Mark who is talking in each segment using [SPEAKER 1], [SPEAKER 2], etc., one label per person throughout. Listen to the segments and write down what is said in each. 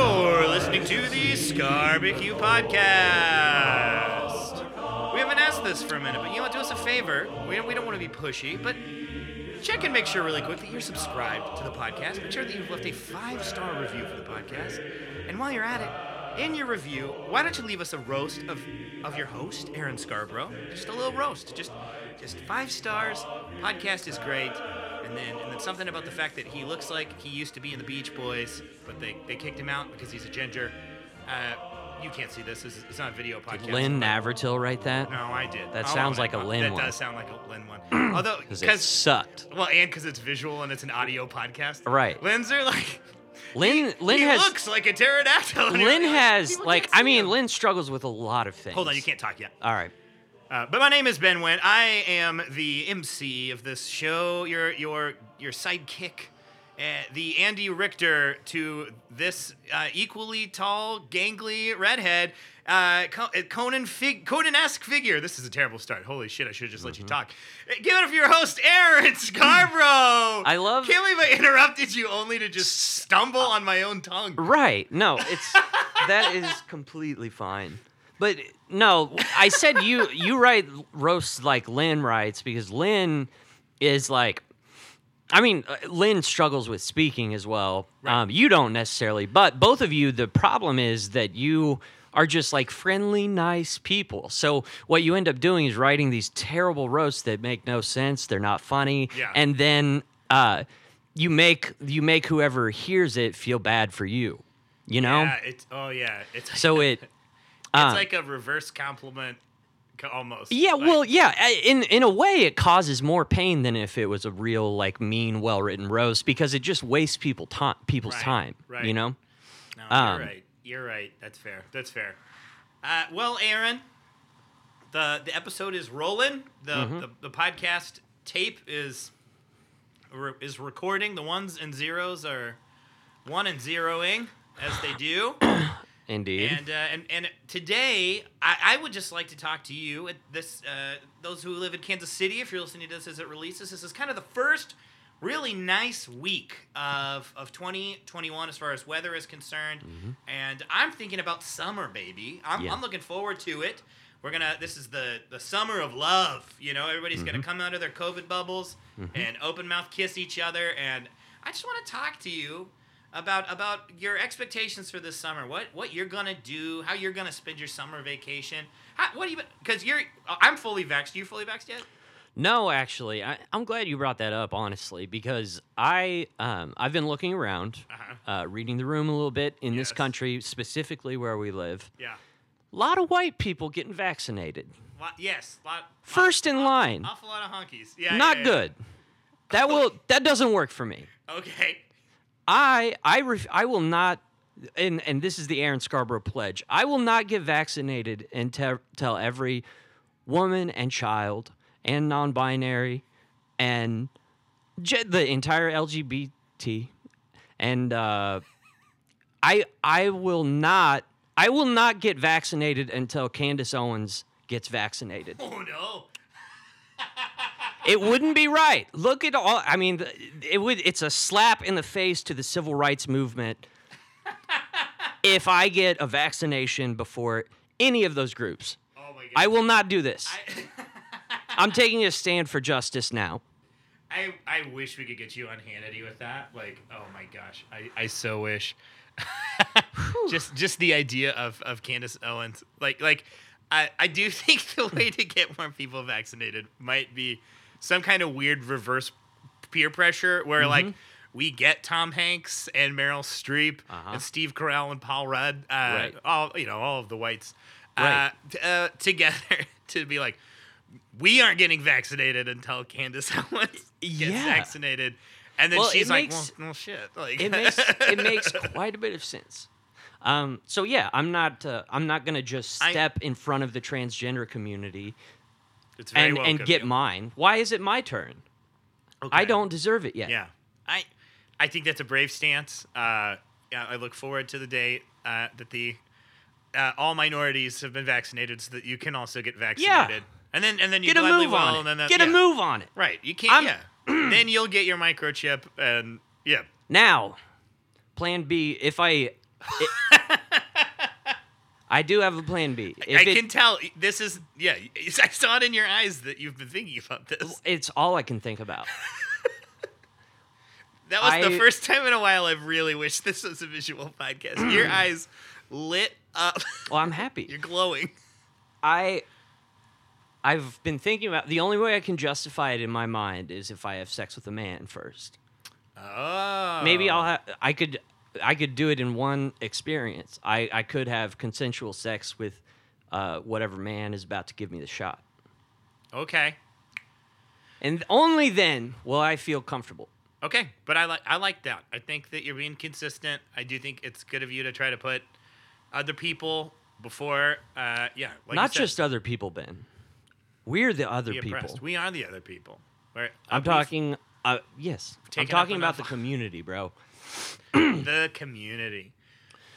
[SPEAKER 1] listening to the Scarbecue Podcast. We haven't asked this for a minute, but you know what? Do us a favor. We, we don't want to be pushy, but check and make sure really quick that you're subscribed to the podcast. Make sure that you've left a five star review for the podcast. And while you're at it, in your review, why don't you leave us a roast of, of your host, Aaron Scarborough? Just a little roast. Just just five stars. Podcast is great. And then and then something about the fact that he looks like he used to be in the Beach Boys, but they, they kicked him out because he's a ginger. Uh, you can't see this. this is, it's not a video podcast.
[SPEAKER 2] Lynn Navratil write that?
[SPEAKER 1] No, I did.
[SPEAKER 2] That
[SPEAKER 1] I'll
[SPEAKER 2] sounds
[SPEAKER 1] own
[SPEAKER 2] like
[SPEAKER 1] it.
[SPEAKER 2] a Lynn
[SPEAKER 1] That
[SPEAKER 2] one.
[SPEAKER 1] does sound like a Lynn one. Although,
[SPEAKER 2] 'Cause it
[SPEAKER 1] because
[SPEAKER 2] sucked.
[SPEAKER 1] well, and because it's visual and it's an audio podcast,
[SPEAKER 2] Right.
[SPEAKER 1] Lynn's are like
[SPEAKER 2] Lynn Lynn
[SPEAKER 1] he
[SPEAKER 2] has
[SPEAKER 1] looks like a pterodactyl. and you're
[SPEAKER 2] Lynn
[SPEAKER 1] like,
[SPEAKER 2] has
[SPEAKER 1] "People
[SPEAKER 2] like
[SPEAKER 1] can't
[SPEAKER 2] I
[SPEAKER 1] see
[SPEAKER 2] mean
[SPEAKER 1] him."
[SPEAKER 2] Lynn struggles with a lot of things.
[SPEAKER 1] Hold on, you can't talk yet.
[SPEAKER 2] All right.
[SPEAKER 1] Uh, but my name is Ben Wen. I am the MC of this show. Your your your sidekick, uh, the Andy Richter to this uh, equally tall, gangly redhead, uh, Co- uh, Conan fig Conan-esque figure. This is a terrible start. Holy shit! I should have just let
[SPEAKER 2] Mm-hmm.
[SPEAKER 1] you talk. Uh, Give it up for your host, Aaron Scarborough.
[SPEAKER 2] I love-
[SPEAKER 1] Can't believe I interrupted you only to just stumble on my own tongue.
[SPEAKER 2] Right. No, it's that is completely fine. But no, I said you you write roasts like Lynn writes because Lynn is like I mean, uh, Lynn struggles with speaking as well. Um, you don't necessarily, but both of you, the problem is that you are just like friendly, nice people. So what you end up doing is writing these terrible roasts that make no sense. They're not funny,
[SPEAKER 1] Yeah.
[SPEAKER 2] and then uh, you make you make whoever hears it feel bad for you. You know,
[SPEAKER 1] Yeah, it's oh yeah, it's
[SPEAKER 2] so it. uh,
[SPEAKER 1] It's like a reverse compliment, co- almost.
[SPEAKER 2] Yeah,
[SPEAKER 1] Like,
[SPEAKER 2] well, yeah. I- In in a way, it causes more pain than if it was a real like mean, well written roast because it just wastes people time, people's
[SPEAKER 1] Right,
[SPEAKER 2] time.
[SPEAKER 1] right.
[SPEAKER 2] You know.
[SPEAKER 1] no,
[SPEAKER 2] um,
[SPEAKER 1] you're right. You're right. That's fair. That's fair. Uh, well, Aaron, the the episode is rolling. The the, the podcast tape is re- is recording. The ones and zeros are one and zeroing as they do.
[SPEAKER 2] Indeed.
[SPEAKER 1] And, uh, and and today, I, I would just like to talk to you. At this, uh, those who live in Kansas City, if you're listening to this as it releases, this is kind of the first really nice week of of 2021 as far as weather is concerned. And I'm thinking about summer, baby. I'm,
[SPEAKER 2] Mm-hmm. Yeah.
[SPEAKER 1] I'm looking forward to it. We're gonna. This is the the summer of love. You know, everybody's gonna
[SPEAKER 2] Mm-hmm.
[SPEAKER 1] come out of their COVID bubbles and open mouth kiss each other. And I just want to talk to you about about your expectations for this summer. What what you're gonna do? How you're gonna spend your summer vacation? How, what do you? Because you're. I'm fully vaxxed. You fully vaxxed yet?
[SPEAKER 2] no, actually, I, I'm glad you brought that up. Honestly, because I um, I've been looking around,
[SPEAKER 1] Uh-huh.
[SPEAKER 2] uh, reading the room a little bit in
[SPEAKER 1] Yes.
[SPEAKER 2] this country, specifically where we live.
[SPEAKER 1] Yeah.
[SPEAKER 2] A lot of white people getting vaccinated.
[SPEAKER 1] Lot, yes. Lot.
[SPEAKER 2] First
[SPEAKER 1] Uh,
[SPEAKER 2] in line.
[SPEAKER 1] Awful lot of honkies. Yeah.
[SPEAKER 2] Not
[SPEAKER 1] yeah, yeah.
[SPEAKER 2] good. That will that doesn't work for me.
[SPEAKER 1] Okay.
[SPEAKER 2] I I ref- I will not and and this is the Aaron Scarborough pledge. I will not get vaccinated and te- tell every woman and child and non-binary and j- the entire LGBT and uh, I I will not I will not get vaccinated until Candace Owens gets vaccinated.
[SPEAKER 1] Oh no.
[SPEAKER 2] It wouldn't be right. Look at all. I mean, th- it would. It's a slap in the face to the civil rights movement. if I get a vaccination before any of those groups,
[SPEAKER 1] Oh my god.
[SPEAKER 2] I will not do this.
[SPEAKER 1] I-
[SPEAKER 2] I'm taking a stand for justice now.
[SPEAKER 1] I, I wish we could get you on Hannity with that. Like, oh my gosh, I, I so wish. just just the idea of of Candace Owens, like like, I I do think the way to get more people vaccinated might be some kind of weird reverse peer pressure where
[SPEAKER 2] Mm-hmm.
[SPEAKER 1] like. We get Tom Hanks and Meryl Streep
[SPEAKER 2] Uh-huh.
[SPEAKER 1] and Steve Carell and Paul Rudd, uh,
[SPEAKER 2] Right.
[SPEAKER 1] all you know, all of the whites,
[SPEAKER 2] Right.
[SPEAKER 1] uh, t- uh, together to be like, we aren't getting vaccinated until Candace Owens gets
[SPEAKER 2] Yeah.
[SPEAKER 1] vaccinated. And then
[SPEAKER 2] Well,
[SPEAKER 1] she's
[SPEAKER 2] it
[SPEAKER 1] like,
[SPEAKER 2] makes-
[SPEAKER 1] well, well, shit. Like,
[SPEAKER 2] It makes it makes quite a bit of sense. Um, so yeah, I'm not uh, I'm not gonna just
[SPEAKER 1] I-
[SPEAKER 2] step in front of the transgender community
[SPEAKER 1] it's very
[SPEAKER 2] and, and
[SPEAKER 1] welcome,
[SPEAKER 2] get
[SPEAKER 1] yeah.
[SPEAKER 2] mine. Why is it my turn?
[SPEAKER 1] Okay.
[SPEAKER 2] I don't deserve it yet.
[SPEAKER 1] Yeah. I I think that's a brave stance. Uh, yeah, I look forward to the day uh, that the uh, all minorities have been vaccinated so that you can also get vaccinated. And then and then you
[SPEAKER 2] Get a
[SPEAKER 1] gladly
[SPEAKER 2] move
[SPEAKER 1] will,
[SPEAKER 2] on
[SPEAKER 1] and then
[SPEAKER 2] it.
[SPEAKER 1] that-
[SPEAKER 2] Get
[SPEAKER 1] yeah.
[SPEAKER 2] a move on it.
[SPEAKER 1] Right. You can't
[SPEAKER 2] I'm-
[SPEAKER 1] yeah. then you'll get your microchip and yeah.
[SPEAKER 2] Now, plan B, if I i- I do have a plan B.
[SPEAKER 1] I
[SPEAKER 2] it-
[SPEAKER 1] can tell this is yeah. I saw it in your eyes that you've been thinking about this.
[SPEAKER 2] it's all I can think about.
[SPEAKER 1] That was the
[SPEAKER 2] I-
[SPEAKER 1] first time in a while I've really wished this was a visual podcast. Your eyes lit up.
[SPEAKER 2] Well, I'm happy.
[SPEAKER 1] You're glowing.
[SPEAKER 2] I I've been thinking about the only way I can justify it in my mind is if I have sex with a man first.
[SPEAKER 1] Oh.
[SPEAKER 2] Maybe I'll ha- I could I could do it in one experience. I I could have consensual sex with uh, whatever man is about to give me the shot.
[SPEAKER 1] Okay.
[SPEAKER 2] And only then will I feel comfortable.
[SPEAKER 1] Okay, but I like I like that. I think that you're being consistent. I do think it's good of you to try to put other people before. Uh, yeah, like you
[SPEAKER 2] Not
[SPEAKER 1] said,
[SPEAKER 2] just other people, Ben. We're the other
[SPEAKER 1] the
[SPEAKER 2] people.
[SPEAKER 1] oppressed. We are the other people. We're-
[SPEAKER 2] I'm
[SPEAKER 1] we've-
[SPEAKER 2] talking uh, yes. I'm
[SPEAKER 1] Taken up
[SPEAKER 2] talking about
[SPEAKER 1] enough.
[SPEAKER 2] the community, bro.
[SPEAKER 1] the community.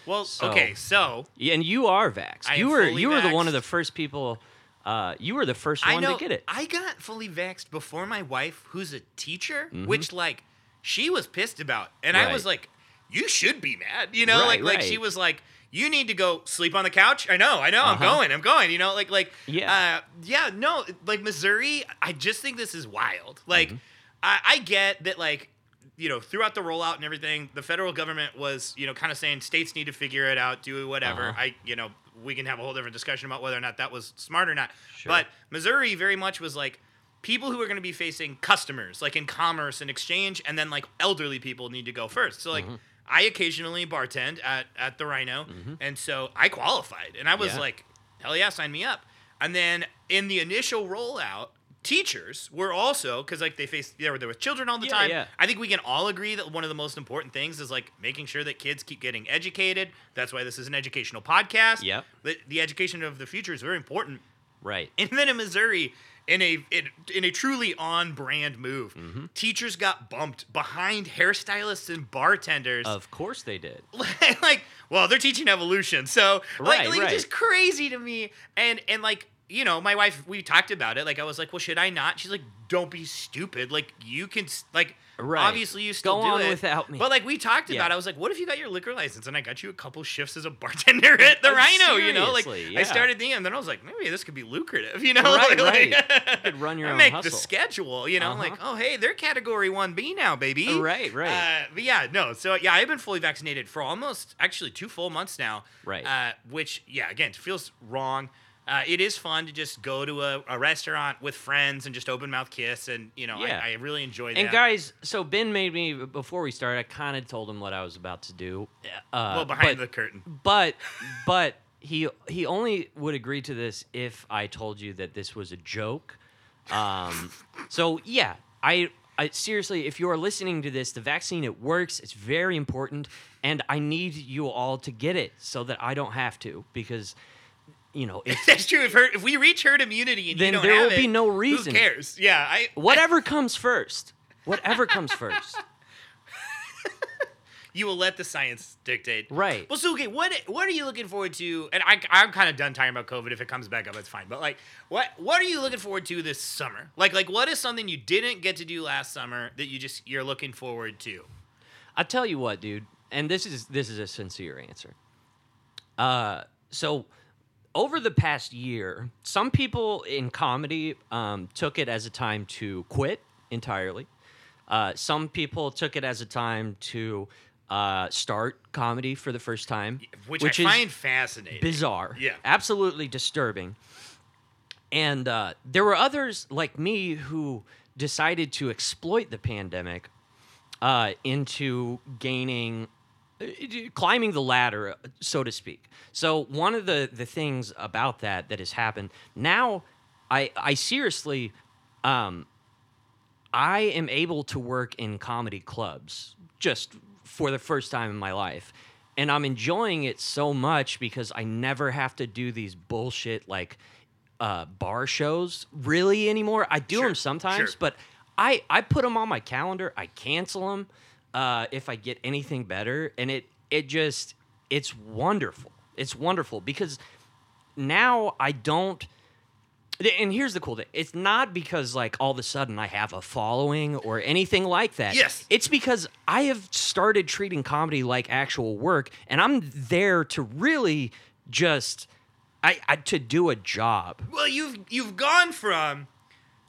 [SPEAKER 1] Well,
[SPEAKER 2] So-
[SPEAKER 1] okay, so
[SPEAKER 2] Yeah, and you are vaxxed.
[SPEAKER 1] I am
[SPEAKER 2] you were
[SPEAKER 1] fully
[SPEAKER 2] you were the one of
[SPEAKER 1] vaxxed.
[SPEAKER 2] the first people. Uh, you were the first
[SPEAKER 1] I
[SPEAKER 2] one
[SPEAKER 1] know
[SPEAKER 2] to get it.
[SPEAKER 1] I got fully vaxxed before my wife, who's a teacher, which like she was pissed about, and I was
[SPEAKER 2] Mm-hmm. Right.
[SPEAKER 1] like, "You should be mad," you know,
[SPEAKER 2] Right,
[SPEAKER 1] like like she
[SPEAKER 2] right.
[SPEAKER 1] was like, "You need to go sleep on the couch." I know, I know, I'm
[SPEAKER 2] Uh-huh.
[SPEAKER 1] going, I'm going, you know, like like
[SPEAKER 2] Yeah.
[SPEAKER 1] uh, yeah, no, like Missouri, I just think this is wild. Like,
[SPEAKER 2] Mm-hmm.
[SPEAKER 1] I, I get that like. You know, throughout the rollout and everything, the federal government was, you know, kind of saying states need to figure it out, do whatever.
[SPEAKER 2] Uh-huh.
[SPEAKER 1] I, you know, we can have a whole different discussion about whether or not that was smart or not.
[SPEAKER 2] Sure.
[SPEAKER 1] But Missouri very much was like people who are going to be facing customers, like in commerce and exchange, and then like elderly people need to go first. So like
[SPEAKER 2] Mm-hmm.
[SPEAKER 1] I occasionally bartend at at the Rhino, and so I qualified, and I was
[SPEAKER 2] Yeah.
[SPEAKER 1] like, hell yeah, sign me up. And then in the initial rollout. Teachers were also because like they faced they were there with children all the
[SPEAKER 2] Yeah,
[SPEAKER 1] time.
[SPEAKER 2] yeah.
[SPEAKER 1] I think we can all agree that one of the most important things is like making sure that kids keep getting educated. That's why this is an educational podcast.
[SPEAKER 2] Yep.
[SPEAKER 1] The, the education of the future is very important.
[SPEAKER 2] right.
[SPEAKER 1] And then in Missouri, in a in, in a truly on brand move, teachers got bumped behind hairstylists and bartenders.
[SPEAKER 2] Of course they did.
[SPEAKER 1] like, well, they're teaching evolution, so like,
[SPEAKER 2] Right,
[SPEAKER 1] like
[SPEAKER 2] right.
[SPEAKER 1] just crazy to me. And and like you know, my wife, we talked about it. Like I was like, well, should I not? She's like, don't be stupid. Like you can s- like.
[SPEAKER 2] Right.
[SPEAKER 1] Obviously, you still
[SPEAKER 2] Go
[SPEAKER 1] do
[SPEAKER 2] on
[SPEAKER 1] it.
[SPEAKER 2] without me.
[SPEAKER 1] But like we talked
[SPEAKER 2] Yeah.
[SPEAKER 1] about, it, I was like, "What if you got your liquor license and I got you a couple shifts as a bartender at the
[SPEAKER 2] Oh,
[SPEAKER 1] Rhino?" You know, like
[SPEAKER 2] seriously,
[SPEAKER 1] I
[SPEAKER 2] yeah.
[SPEAKER 1] started thinking, and then I was like, "Maybe this could be lucrative." You know,
[SPEAKER 2] Right,
[SPEAKER 1] like,
[SPEAKER 2] right.
[SPEAKER 1] like-
[SPEAKER 2] You could run your
[SPEAKER 1] I
[SPEAKER 2] own
[SPEAKER 1] make the
[SPEAKER 2] hustle.
[SPEAKER 1] schedule. You know,
[SPEAKER 2] Uh-huh.
[SPEAKER 1] like, oh hey, they're Category One B now, baby.
[SPEAKER 2] Right, right.
[SPEAKER 1] Uh, but yeah, no. So yeah, I've been fully vaccinated for almost actually two full months now.
[SPEAKER 2] Right.
[SPEAKER 1] Uh, which yeah, again, feels wrong. Uh, it is fun to just go to a, a restaurant with friends and just open mouth kiss, and you know,
[SPEAKER 2] Yeah.
[SPEAKER 1] I, I really enjoy that.
[SPEAKER 2] And guys, so Ben made me before we started. I kind of told him what I was about to do. Uh,
[SPEAKER 1] well, behind
[SPEAKER 2] but,
[SPEAKER 1] the curtain.
[SPEAKER 2] But but he he only would agree to this if I told you that this was a joke. Um, so yeah, I. I, seriously, if you are listening to this, the vaccine it works. It's very important, and I need you all to get it so that I don't have to. Because, you know, if
[SPEAKER 1] That's true. If, her, if we reach herd immunity and you
[SPEAKER 2] Then
[SPEAKER 1] don't
[SPEAKER 2] there
[SPEAKER 1] have
[SPEAKER 2] will be
[SPEAKER 1] it,
[SPEAKER 2] no reason.
[SPEAKER 1] Who cares? Yeah, I.
[SPEAKER 2] whatever comes first, whatever comes first,
[SPEAKER 1] You will let the science dictate.
[SPEAKER 2] Right.
[SPEAKER 1] Well, so okay, what what are you looking forward to? And I, I'm kind of done talking about COVID. If it comes back up, it's fine. But like, what what are you looking forward to this summer? Like like what is something you didn't get to do last summer that you just you're looking forward to?
[SPEAKER 2] I tell you what, dude, and this is this is a sincere answer. Uh, so over the past year, some people in comedy um, took it as a time to quit entirely. Uh, some people took it as a time to uh, start comedy for the first time,
[SPEAKER 1] Which,
[SPEAKER 2] which
[SPEAKER 1] I
[SPEAKER 2] is
[SPEAKER 1] find fascinating.
[SPEAKER 2] bizarre.
[SPEAKER 1] Yeah.
[SPEAKER 2] Absolutely disturbing. And uh, there were others like me who decided to exploit the pandemic uh, into gaining, uh, climbing the ladder, so to speak. So, one of the, the things about that that has happened now, I, I seriously, um, I am able to work in comedy clubs just for the first time in my life. And I'm enjoying it so much because I never have to do these bullshit like uh, bar shows really anymore. I do
[SPEAKER 1] Sure,
[SPEAKER 2] them sometimes,
[SPEAKER 1] sure.
[SPEAKER 2] but I, I put them on my calendar. I cancel them uh, if I get anything better. And it, it just, it's wonderful. It's wonderful because now I don't. And here's the cool thing. It's not because like all of a sudden I have a following or anything like that.
[SPEAKER 1] Yes.
[SPEAKER 2] It's because I have started treating comedy like actual work and I'm there to really just I, I to do a job.
[SPEAKER 1] Well, you've you've gone from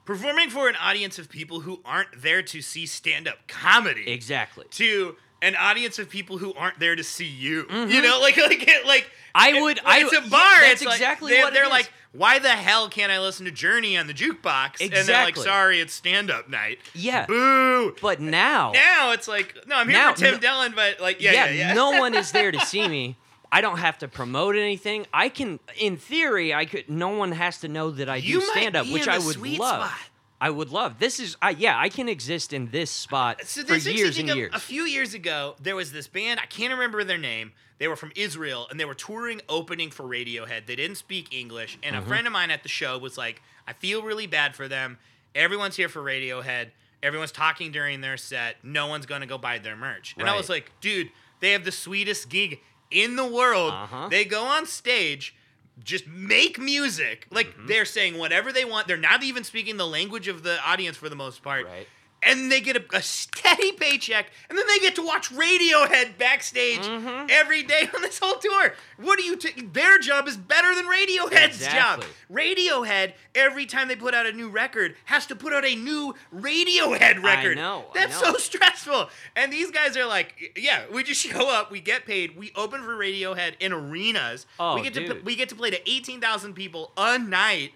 [SPEAKER 1] performing for an audience of people who aren't there to see stand-up comedy
[SPEAKER 2] Exactly.
[SPEAKER 1] to an audience of people who aren't there to see you. You know, like like it, like
[SPEAKER 2] Mm-hmm. I
[SPEAKER 1] it-
[SPEAKER 2] would-
[SPEAKER 1] when
[SPEAKER 2] I-
[SPEAKER 1] it's a
[SPEAKER 2] yeah,
[SPEAKER 1] bar.
[SPEAKER 2] that's
[SPEAKER 1] it's like,
[SPEAKER 2] exactly
[SPEAKER 1] they're,
[SPEAKER 2] what it
[SPEAKER 1] they're
[SPEAKER 2] is.
[SPEAKER 1] like. Why the hell can't I listen to Journey on the jukebox? And they're like,
[SPEAKER 2] Exactly.
[SPEAKER 1] sorry, it's stand up night.
[SPEAKER 2] Yeah.
[SPEAKER 1] Boo.
[SPEAKER 2] But now
[SPEAKER 1] Now it's like, no, I'm here
[SPEAKER 2] Now-
[SPEAKER 1] for Tim
[SPEAKER 2] no-
[SPEAKER 1] Dillon, but like, yeah, yeah, yeah.
[SPEAKER 2] no one is there to see me. I don't have to promote anything. I can, in theory, I could. No one has to know that I
[SPEAKER 1] You
[SPEAKER 2] do
[SPEAKER 1] might
[SPEAKER 2] stand up,
[SPEAKER 1] be
[SPEAKER 2] which
[SPEAKER 1] in
[SPEAKER 2] I
[SPEAKER 1] the
[SPEAKER 2] would
[SPEAKER 1] sweet
[SPEAKER 2] love.
[SPEAKER 1] spot.
[SPEAKER 2] I would love. This is, I, yeah, I can exist in this spot
[SPEAKER 1] Uh, So
[SPEAKER 2] for
[SPEAKER 1] this makes me
[SPEAKER 2] years
[SPEAKER 1] think
[SPEAKER 2] and
[SPEAKER 1] of-
[SPEAKER 2] years.
[SPEAKER 1] A few years ago, there was this band. I can't remember their name. They were from Israel, and they were touring, opening for Radiohead. They didn't speak English, and
[SPEAKER 2] Mm-hmm.
[SPEAKER 1] a friend of mine at the show was like, "I feel really bad for them. Everyone's here for Radiohead. Everyone's talking during their set. No one's gonna go buy their merch." And I
[SPEAKER 2] Right.
[SPEAKER 1] was like, "Dude, they have the sweetest gig in the world.
[SPEAKER 2] Uh-huh.
[SPEAKER 1] They go on stage." Just make music. Like
[SPEAKER 2] Mm-hmm.
[SPEAKER 1] they're saying whatever they want. They're not even speaking the language of the audience for the most part
[SPEAKER 2] Right.
[SPEAKER 1] and they get a, a steady paycheck, and then they get to watch Radiohead backstage
[SPEAKER 2] Mm-hmm.
[SPEAKER 1] every day on this whole tour. What do you? T- their job is better than Radiohead's job.
[SPEAKER 2] Exactly.
[SPEAKER 1] Radiohead, every time they put out a new record, has to put out a new Radiohead record.
[SPEAKER 2] know, I
[SPEAKER 1] That's
[SPEAKER 2] know.
[SPEAKER 1] so stressful. And these guys are like, yeah, we just show up, we get paid, we open for Radiohead in arenas.
[SPEAKER 2] Oh,
[SPEAKER 1] we get to
[SPEAKER 2] dude.
[SPEAKER 1] we get to play to eighteen thousand people a night.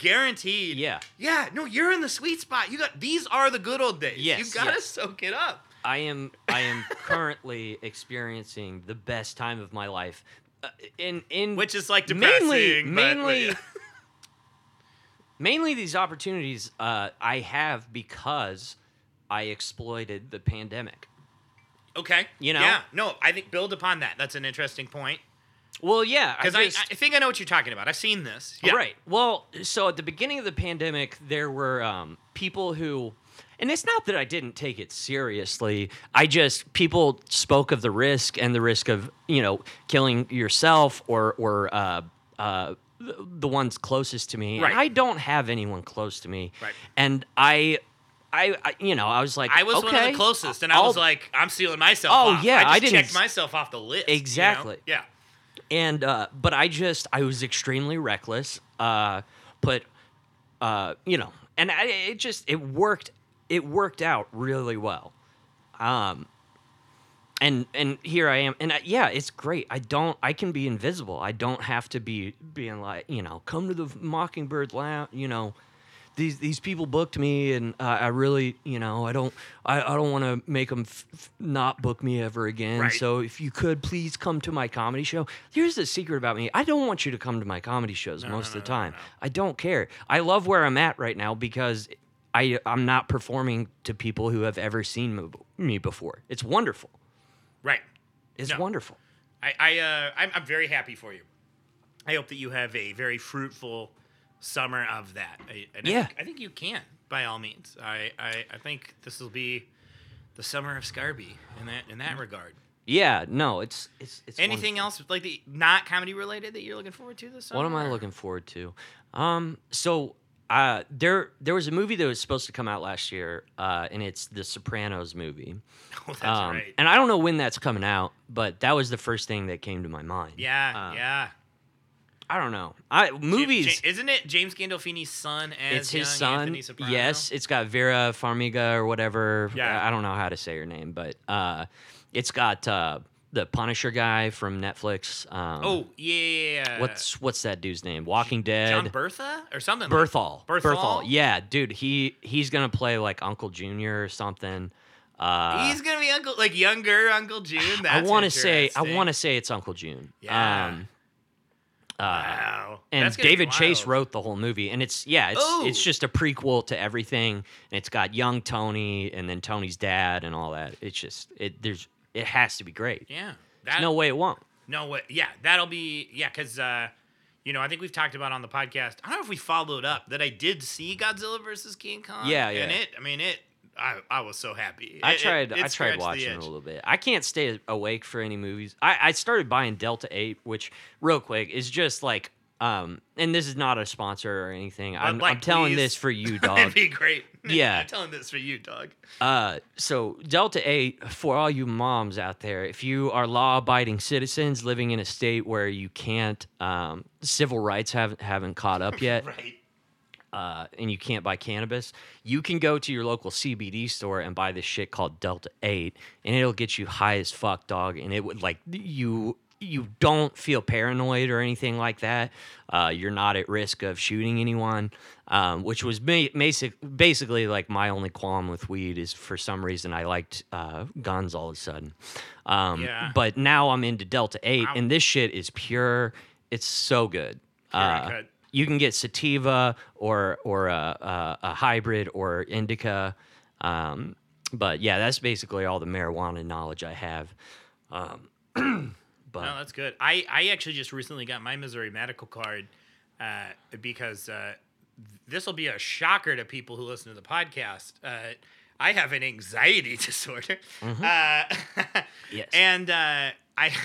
[SPEAKER 1] Guaranteed.
[SPEAKER 2] Yeah.
[SPEAKER 1] Yeah, no, you're in the sweet spot. You got these are the good old days.
[SPEAKER 2] Yes,
[SPEAKER 1] you gotta
[SPEAKER 2] yes.
[SPEAKER 1] soak it up.
[SPEAKER 2] I am I am currently experiencing the best time of my life. Uh, in in
[SPEAKER 1] Which is like depressing.
[SPEAKER 2] mainly
[SPEAKER 1] but-
[SPEAKER 2] mainly
[SPEAKER 1] but
[SPEAKER 2] mainly these opportunities uh, I have because I exploited the pandemic.
[SPEAKER 1] yeah. okay,
[SPEAKER 2] you know?
[SPEAKER 1] yeah, no, I think build upon that. That's an interesting point
[SPEAKER 2] Well, yeah,
[SPEAKER 1] because I,
[SPEAKER 2] just-
[SPEAKER 1] I, think I know what you're talking about. I've seen this. Yeah.
[SPEAKER 2] Right. Well, so at the beginning of the pandemic, there were um, people who, and it's not that I didn't take it seriously. I just people spoke of the risk and the risk of you know killing yourself or or uh, uh, the, the ones closest to me. And
[SPEAKER 1] Right.
[SPEAKER 2] I don't have anyone close to me.
[SPEAKER 1] Right.
[SPEAKER 2] And I. I, I, you know, I was like,
[SPEAKER 1] I was one of
[SPEAKER 2] okay,
[SPEAKER 1] the closest, and I
[SPEAKER 2] I'll-
[SPEAKER 1] was like, I'm sealing myself.
[SPEAKER 2] Oh,
[SPEAKER 1] off.
[SPEAKER 2] yeah,
[SPEAKER 1] I, just
[SPEAKER 2] I didn't
[SPEAKER 1] checked
[SPEAKER 2] s-
[SPEAKER 1] myself off the list. you know?
[SPEAKER 2] Exactly.
[SPEAKER 1] Yeah,
[SPEAKER 2] and uh, but I just I was extremely reckless. Uh, but uh, you know, and I, it just it worked. It worked out really well. Um, and and here I am, and I, yeah, it's great. I don't. I can be invisible. I don't have to be being like you know, come to the Mockingbird Lounge. You know. These, these people booked me and uh, I really you know I don't I, I don't want to make them f- f- not book me ever again
[SPEAKER 1] Right.
[SPEAKER 2] so if you could please come to my comedy show here's the secret about me I don't want you to come to my comedy shows most of the time I don't care I love where I'm at right now because I I'm not performing to people who have ever seen me, me before it's wonderful
[SPEAKER 1] right.
[SPEAKER 2] it's
[SPEAKER 1] No.
[SPEAKER 2] wonderful.
[SPEAKER 1] I, I uh, I'm, I'm very happy for you. I hope that you have a very fruitful summer of that. I, and I
[SPEAKER 2] Yeah.
[SPEAKER 1] think, I think you can, by all means. I, I, I think this will be the summer of Scarby in that in that regard.
[SPEAKER 2] Yeah, no, it's it's Mm. it's
[SPEAKER 1] Anything else like the not comedy related that you're looking forward to this summer?
[SPEAKER 2] Wonderful. What am I looking forward to? Um, so uh, there there was a movie that was supposed to come out last year, uh, and it's the Sopranos movie.
[SPEAKER 1] Oh, that's
[SPEAKER 2] um,
[SPEAKER 1] right.
[SPEAKER 2] And I don't know when that's coming out, but that was the first thing that came to my mind.
[SPEAKER 1] yeah,
[SPEAKER 2] uh,
[SPEAKER 1] yeah.
[SPEAKER 2] I don't know. I
[SPEAKER 1] Ja-
[SPEAKER 2] movies.
[SPEAKER 1] Ja- isn't it James Gandolfini's son as
[SPEAKER 2] it's his
[SPEAKER 1] young
[SPEAKER 2] son.
[SPEAKER 1] Anthony Soprano?
[SPEAKER 2] Yes, it's got Vera Farmiga or whatever.
[SPEAKER 1] Yeah.
[SPEAKER 2] I I don't know how to say her name, but uh, it's got uh, the Punisher guy from Netflix. Um,
[SPEAKER 1] Oh yeah.
[SPEAKER 2] what's what's that dude's name? Walking Dead.
[SPEAKER 1] Uh, John Bertha or something? like-
[SPEAKER 2] Berthal.
[SPEAKER 1] Berthal?
[SPEAKER 2] Yeah, dude, he he's gonna play like Uncle Junior or something. Uh,
[SPEAKER 1] He's gonna be Uncle, like younger Uncle June.
[SPEAKER 2] I
[SPEAKER 1] That's
[SPEAKER 2] want to say I
[SPEAKER 1] interesting.
[SPEAKER 2] want to say it's Uncle June.
[SPEAKER 1] Yeah.
[SPEAKER 2] uh,
[SPEAKER 1] Wow.
[SPEAKER 2] and
[SPEAKER 1] That's gonna be
[SPEAKER 2] David Chase
[SPEAKER 1] wild.
[SPEAKER 2] wrote the whole movie, and it's yeah, it's it's
[SPEAKER 1] Oh.
[SPEAKER 2] just a prequel to everything, and it's got young Tony and then Tony's dad and all that. It's just it there's it has to be great.
[SPEAKER 1] Yeah.
[SPEAKER 2] There's
[SPEAKER 1] That,
[SPEAKER 2] no
[SPEAKER 1] no.
[SPEAKER 2] way it won't.
[SPEAKER 1] No. What? Yeah. That'll be. Yeah. Because. Uh, you know, I think we've talked about on the podcast. I don't know if we followed up that I did see Godzilla versus King Kong.
[SPEAKER 2] Yeah,
[SPEAKER 1] And
[SPEAKER 2] yeah.
[SPEAKER 1] it, I mean, it, I, I was so happy.
[SPEAKER 2] I
[SPEAKER 1] It- it- it
[SPEAKER 2] tried. I
[SPEAKER 1] scratched
[SPEAKER 2] tried
[SPEAKER 1] the
[SPEAKER 2] watching it
[SPEAKER 1] itch.
[SPEAKER 2] a little bit. I can't stay awake for any movies. I, I started buying Delta Eight, which real quick is just like Um, and this is not a sponsor or anything. I'm,
[SPEAKER 1] like,
[SPEAKER 2] I'm telling
[SPEAKER 1] please.
[SPEAKER 2] this for you,
[SPEAKER 1] It'd
[SPEAKER 2] dog.
[SPEAKER 1] be great.
[SPEAKER 2] Um, Yeah.
[SPEAKER 1] I'm telling this for you, dog.
[SPEAKER 2] Uh, so Delta 8, for all you moms out there, if you are law-abiding citizens living in a state where you can't, um, civil rights haven't haven't caught up yet,
[SPEAKER 1] Right.
[SPEAKER 2] uh, and you can't buy cannabis, you can go to your local CBD store and buy this shit called Delta 8, and it'll get you high as fuck, dog. And it would like you you don't feel paranoid or anything like that. Uh, you're not at risk of shooting anyone, um, which was ba- basic, basically like my only qualm with weed is for some reason I liked uh, guns all of a sudden. Um,
[SPEAKER 1] Yeah.
[SPEAKER 2] But now I'm into Delta 8,
[SPEAKER 1] Ow.
[SPEAKER 2] and this shit is pure. It's so good.
[SPEAKER 1] and
[SPEAKER 2] Uh,
[SPEAKER 1] cut.
[SPEAKER 2] you can get sativa or or a, a, a hybrid or indica. Um, but yeah, that's basically all the marijuana knowledge I have.
[SPEAKER 1] No, that's good. I, I actually just recently got my Missouri medical card uh, because uh, this will be a shocker to people who listen to the podcast. Uh, I have an anxiety disorder. Uh,
[SPEAKER 2] Yes.
[SPEAKER 1] And uh, I.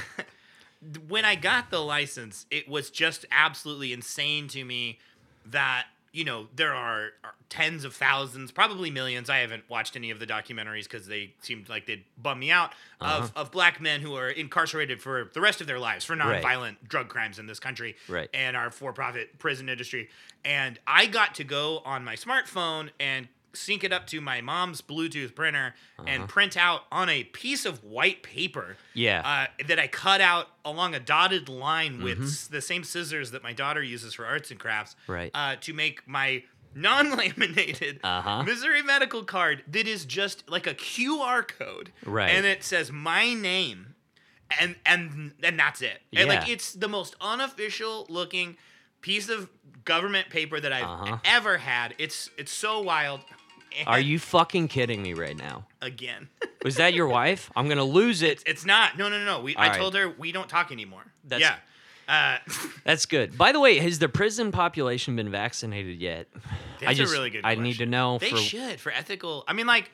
[SPEAKER 1] When I got the license, it was just absolutely insane to me that, you know, there are are tens of thousands, probably millions. I haven't watched any of the documentaries because they seemed like they'd bum me out of, of black men who are incarcerated for the rest of their lives for nonviolent drug crimes in this country
[SPEAKER 2] Right.
[SPEAKER 1] and our for profit prison industry. And I got to go on my smartphone and sync it up to my mom's Bluetooth printer
[SPEAKER 2] Uh-huh.
[SPEAKER 1] and print out on a piece of white paper
[SPEAKER 2] Yeah. Mm-hmm.
[SPEAKER 1] uh, that I cut out along a dotted line with s- the same scissors that my daughter uses for arts and crafts
[SPEAKER 2] Right.
[SPEAKER 1] uh, to make my non laminated
[SPEAKER 2] Uh-huh.
[SPEAKER 1] Missouri medical card that is just like a QR code.
[SPEAKER 2] Right.
[SPEAKER 1] And it says my name. And and and that's it. And, like
[SPEAKER 2] Yeah.
[SPEAKER 1] it's the most unofficial looking piece of government paper that I've
[SPEAKER 2] Uh-huh.
[SPEAKER 1] ever had. It's it's so wild.
[SPEAKER 2] Are
[SPEAKER 1] And
[SPEAKER 2] you fucking kidding me right now?
[SPEAKER 1] again?
[SPEAKER 2] Was that your wife? I'm gonna lose it.
[SPEAKER 1] It's not. No, no, no, no. We, I
[SPEAKER 2] All right.
[SPEAKER 1] told her we don't talk anymore.
[SPEAKER 2] That's-
[SPEAKER 1] yeah. Uh,
[SPEAKER 2] That's good. By the way, has the prison population been vaccinated yet? I
[SPEAKER 1] That's a
[SPEAKER 2] just,
[SPEAKER 1] really good
[SPEAKER 2] I need to
[SPEAKER 1] question.
[SPEAKER 2] know.
[SPEAKER 1] they
[SPEAKER 2] for,
[SPEAKER 1] should for ethical. I mean, like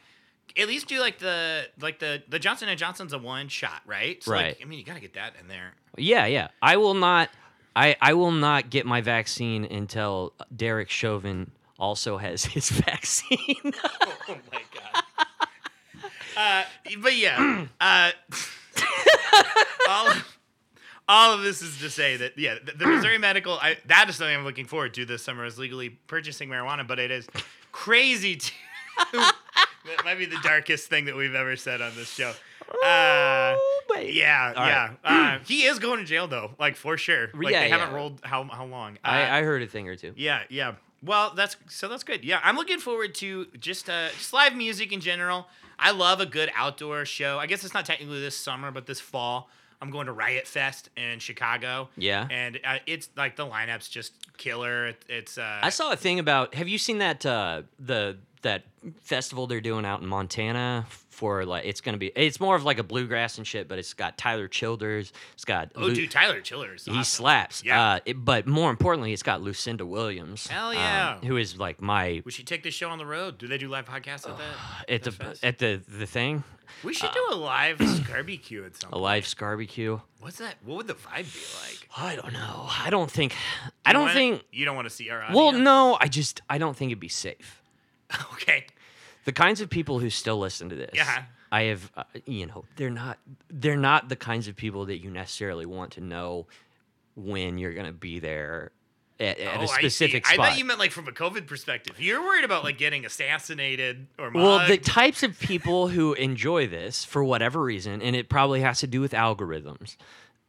[SPEAKER 1] at least do like the like the the Johnson and Johnson's a one shot, right? So,
[SPEAKER 2] Right.
[SPEAKER 1] Like, I mean, you gotta get that in there.
[SPEAKER 2] Yeah, yeah. I will not. I I will not get my vaccine until Derek Chauvin also has his vaccine.
[SPEAKER 1] oh my god. Uh, but yeah, uh, all, of, all of this is to say that yeah, the, the Missouri Medical I, that is something I'm looking forward to this summer is legally purchasing marijuana, but it is crazy to. that might be the darkest thing that we've ever said on this show. Uh,
[SPEAKER 2] baby.
[SPEAKER 1] yeah,
[SPEAKER 2] All
[SPEAKER 1] yeah. Uh, he is going to jail though, like for sure. Like
[SPEAKER 2] Yeah,
[SPEAKER 1] they haven't
[SPEAKER 2] yeah.
[SPEAKER 1] rolled how how long. Uh,
[SPEAKER 2] I, I heard a thing or two.
[SPEAKER 1] yeah, yeah. Well, that's so that's good. Yeah, I'm looking forward to just uh just live music in general. I love a good outdoor show. I guess it's not technically this summer, but this fall I'm going to Riot Fest in Chicago.
[SPEAKER 2] Yeah.
[SPEAKER 1] And uh, it's like the lineup's just killer. It, it's uh
[SPEAKER 2] I saw a thing about. Have you seen that uh, the that festival they're doing out in Montana for like it's gonna be it's more of like a bluegrass and shit, but it's got Tyler Childers, it's got
[SPEAKER 1] Oh,
[SPEAKER 2] Lu-
[SPEAKER 1] dude, Tyler Chillers.
[SPEAKER 2] he slaps.
[SPEAKER 1] Yeah.
[SPEAKER 2] Uh, it- but more importantly, it's got Lucinda Williams.
[SPEAKER 1] Hell
[SPEAKER 2] um,
[SPEAKER 1] yeah.
[SPEAKER 2] who is like my
[SPEAKER 1] We should take this show on the road. Do they do live podcasts at that?
[SPEAKER 2] at
[SPEAKER 1] that
[SPEAKER 2] the
[SPEAKER 1] fest?
[SPEAKER 2] at the the thing
[SPEAKER 1] we should
[SPEAKER 2] Uh,
[SPEAKER 1] do a live barbecue at some
[SPEAKER 2] a live barbecue.
[SPEAKER 1] What's that? What would the vibe be like?
[SPEAKER 2] I don't know. I don't think. I don't
[SPEAKER 1] What?
[SPEAKER 2] think.
[SPEAKER 1] you don't want to see our audience.
[SPEAKER 2] Well, no. I just I don't think it'd be safe.
[SPEAKER 1] okay.
[SPEAKER 2] the kinds of people who still listen to this
[SPEAKER 1] Yeah.
[SPEAKER 2] i have uh, you know they're not they're not the kinds of people that you necessarily want to know when you're going to be there at, at
[SPEAKER 1] Oh, I
[SPEAKER 2] a
[SPEAKER 1] see.
[SPEAKER 2] specific
[SPEAKER 1] I,
[SPEAKER 2] spot
[SPEAKER 1] thought you meant like from a COVID perspective. You're worried about like getting assassinated or mugged.
[SPEAKER 2] well, the types of people who enjoy this for whatever reason, and it probably has to do with algorithms,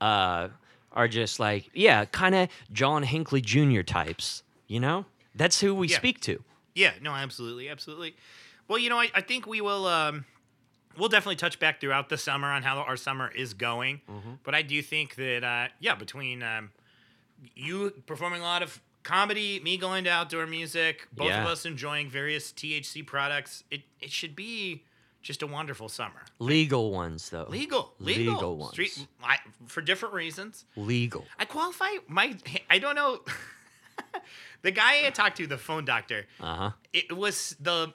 [SPEAKER 2] uh, are just like, yeah, kind of John Hinckley Jr. types, you know? That's who we
[SPEAKER 1] Yeah.
[SPEAKER 2] speak to.
[SPEAKER 1] yeah, no, absolutely, absolutely. Well, you know, I, I think we will. Um, we'll definitely touch back throughout the summer on how our summer is going.
[SPEAKER 2] Mm-hmm.
[SPEAKER 1] But I do think that uh, yeah, between um, you performing a lot of comedy, me going to outdoor music, both
[SPEAKER 2] Yeah.
[SPEAKER 1] of us enjoying various THC products, it it should be just a wonderful summer.
[SPEAKER 2] Legal ones, though.
[SPEAKER 1] Legal, legal,
[SPEAKER 2] Legal ones.
[SPEAKER 1] Street, I, for different reasons.
[SPEAKER 2] Legal.
[SPEAKER 1] I qualify my I don't know the guy I talked to, the phone doctor,
[SPEAKER 2] Uh huh.
[SPEAKER 1] it was the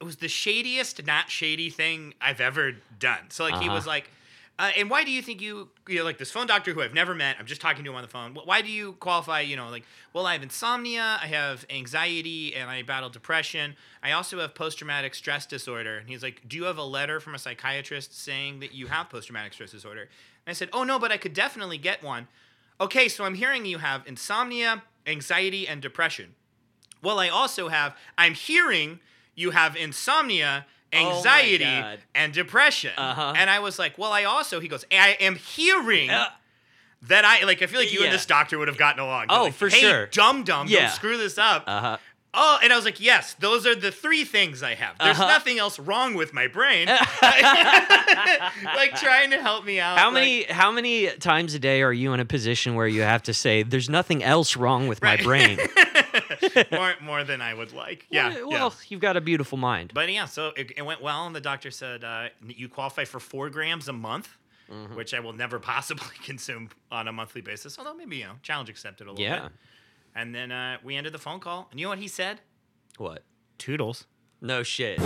[SPEAKER 1] it was the shadiest not shady thing I've ever done. So like he
[SPEAKER 2] Uh-huh.
[SPEAKER 1] was like Uh, and why do you think you, you know, like this phone doctor who I've never met? I'm just talking to him on the phone. wh- Why do you qualify? You know, like, well, I have insomnia, I have anxiety, and I battle depression. I also have post traumatic stress disorder. And he's like, Do you have a letter from a psychiatrist saying that you have post traumatic stress disorder? And I said, Oh no, but I could definitely get one. Okay, so I'm hearing you have insomnia, anxiety, and depression. Well, I also have. I'm hearing you have insomnia,
[SPEAKER 2] Oh my
[SPEAKER 1] anxiety,
[SPEAKER 2] God.
[SPEAKER 1] and depression.
[SPEAKER 2] Uh-huh. Uh,
[SPEAKER 1] And I was like, well, I also. He goes, I am hearing that I like. I feel like you and
[SPEAKER 2] Yeah.
[SPEAKER 1] this doctor would have gotten along.
[SPEAKER 2] Oh,
[SPEAKER 1] Like,
[SPEAKER 2] for
[SPEAKER 1] hey,
[SPEAKER 2] sure.
[SPEAKER 1] Dum dum,
[SPEAKER 2] Yeah.
[SPEAKER 1] don't screw this up.
[SPEAKER 2] Uh huh.
[SPEAKER 1] Oh, and I was like, yes, those are the three things I have. There's
[SPEAKER 2] Uh-huh.
[SPEAKER 1] nothing else wrong with my brain. like trying to help me out.
[SPEAKER 2] How
[SPEAKER 1] like-
[SPEAKER 2] many how many times a day are you in a position where you have to say there's nothing else wrong with
[SPEAKER 1] Right.
[SPEAKER 2] my brain?
[SPEAKER 1] more more than I would like. Yeah.
[SPEAKER 2] Well,
[SPEAKER 1] yeah.
[SPEAKER 2] well, you've got a beautiful mind.
[SPEAKER 1] But yeah, so it, it went well, and the doctor said uh, you qualify for four grams a month, which I will never possibly consume on a monthly basis. Although maybe you know, challenge accepted a little
[SPEAKER 2] Yeah.
[SPEAKER 1] bit. And then uh, we ended the phone call, and you know what he said?
[SPEAKER 2] What?
[SPEAKER 1] Toodles.
[SPEAKER 2] No shit.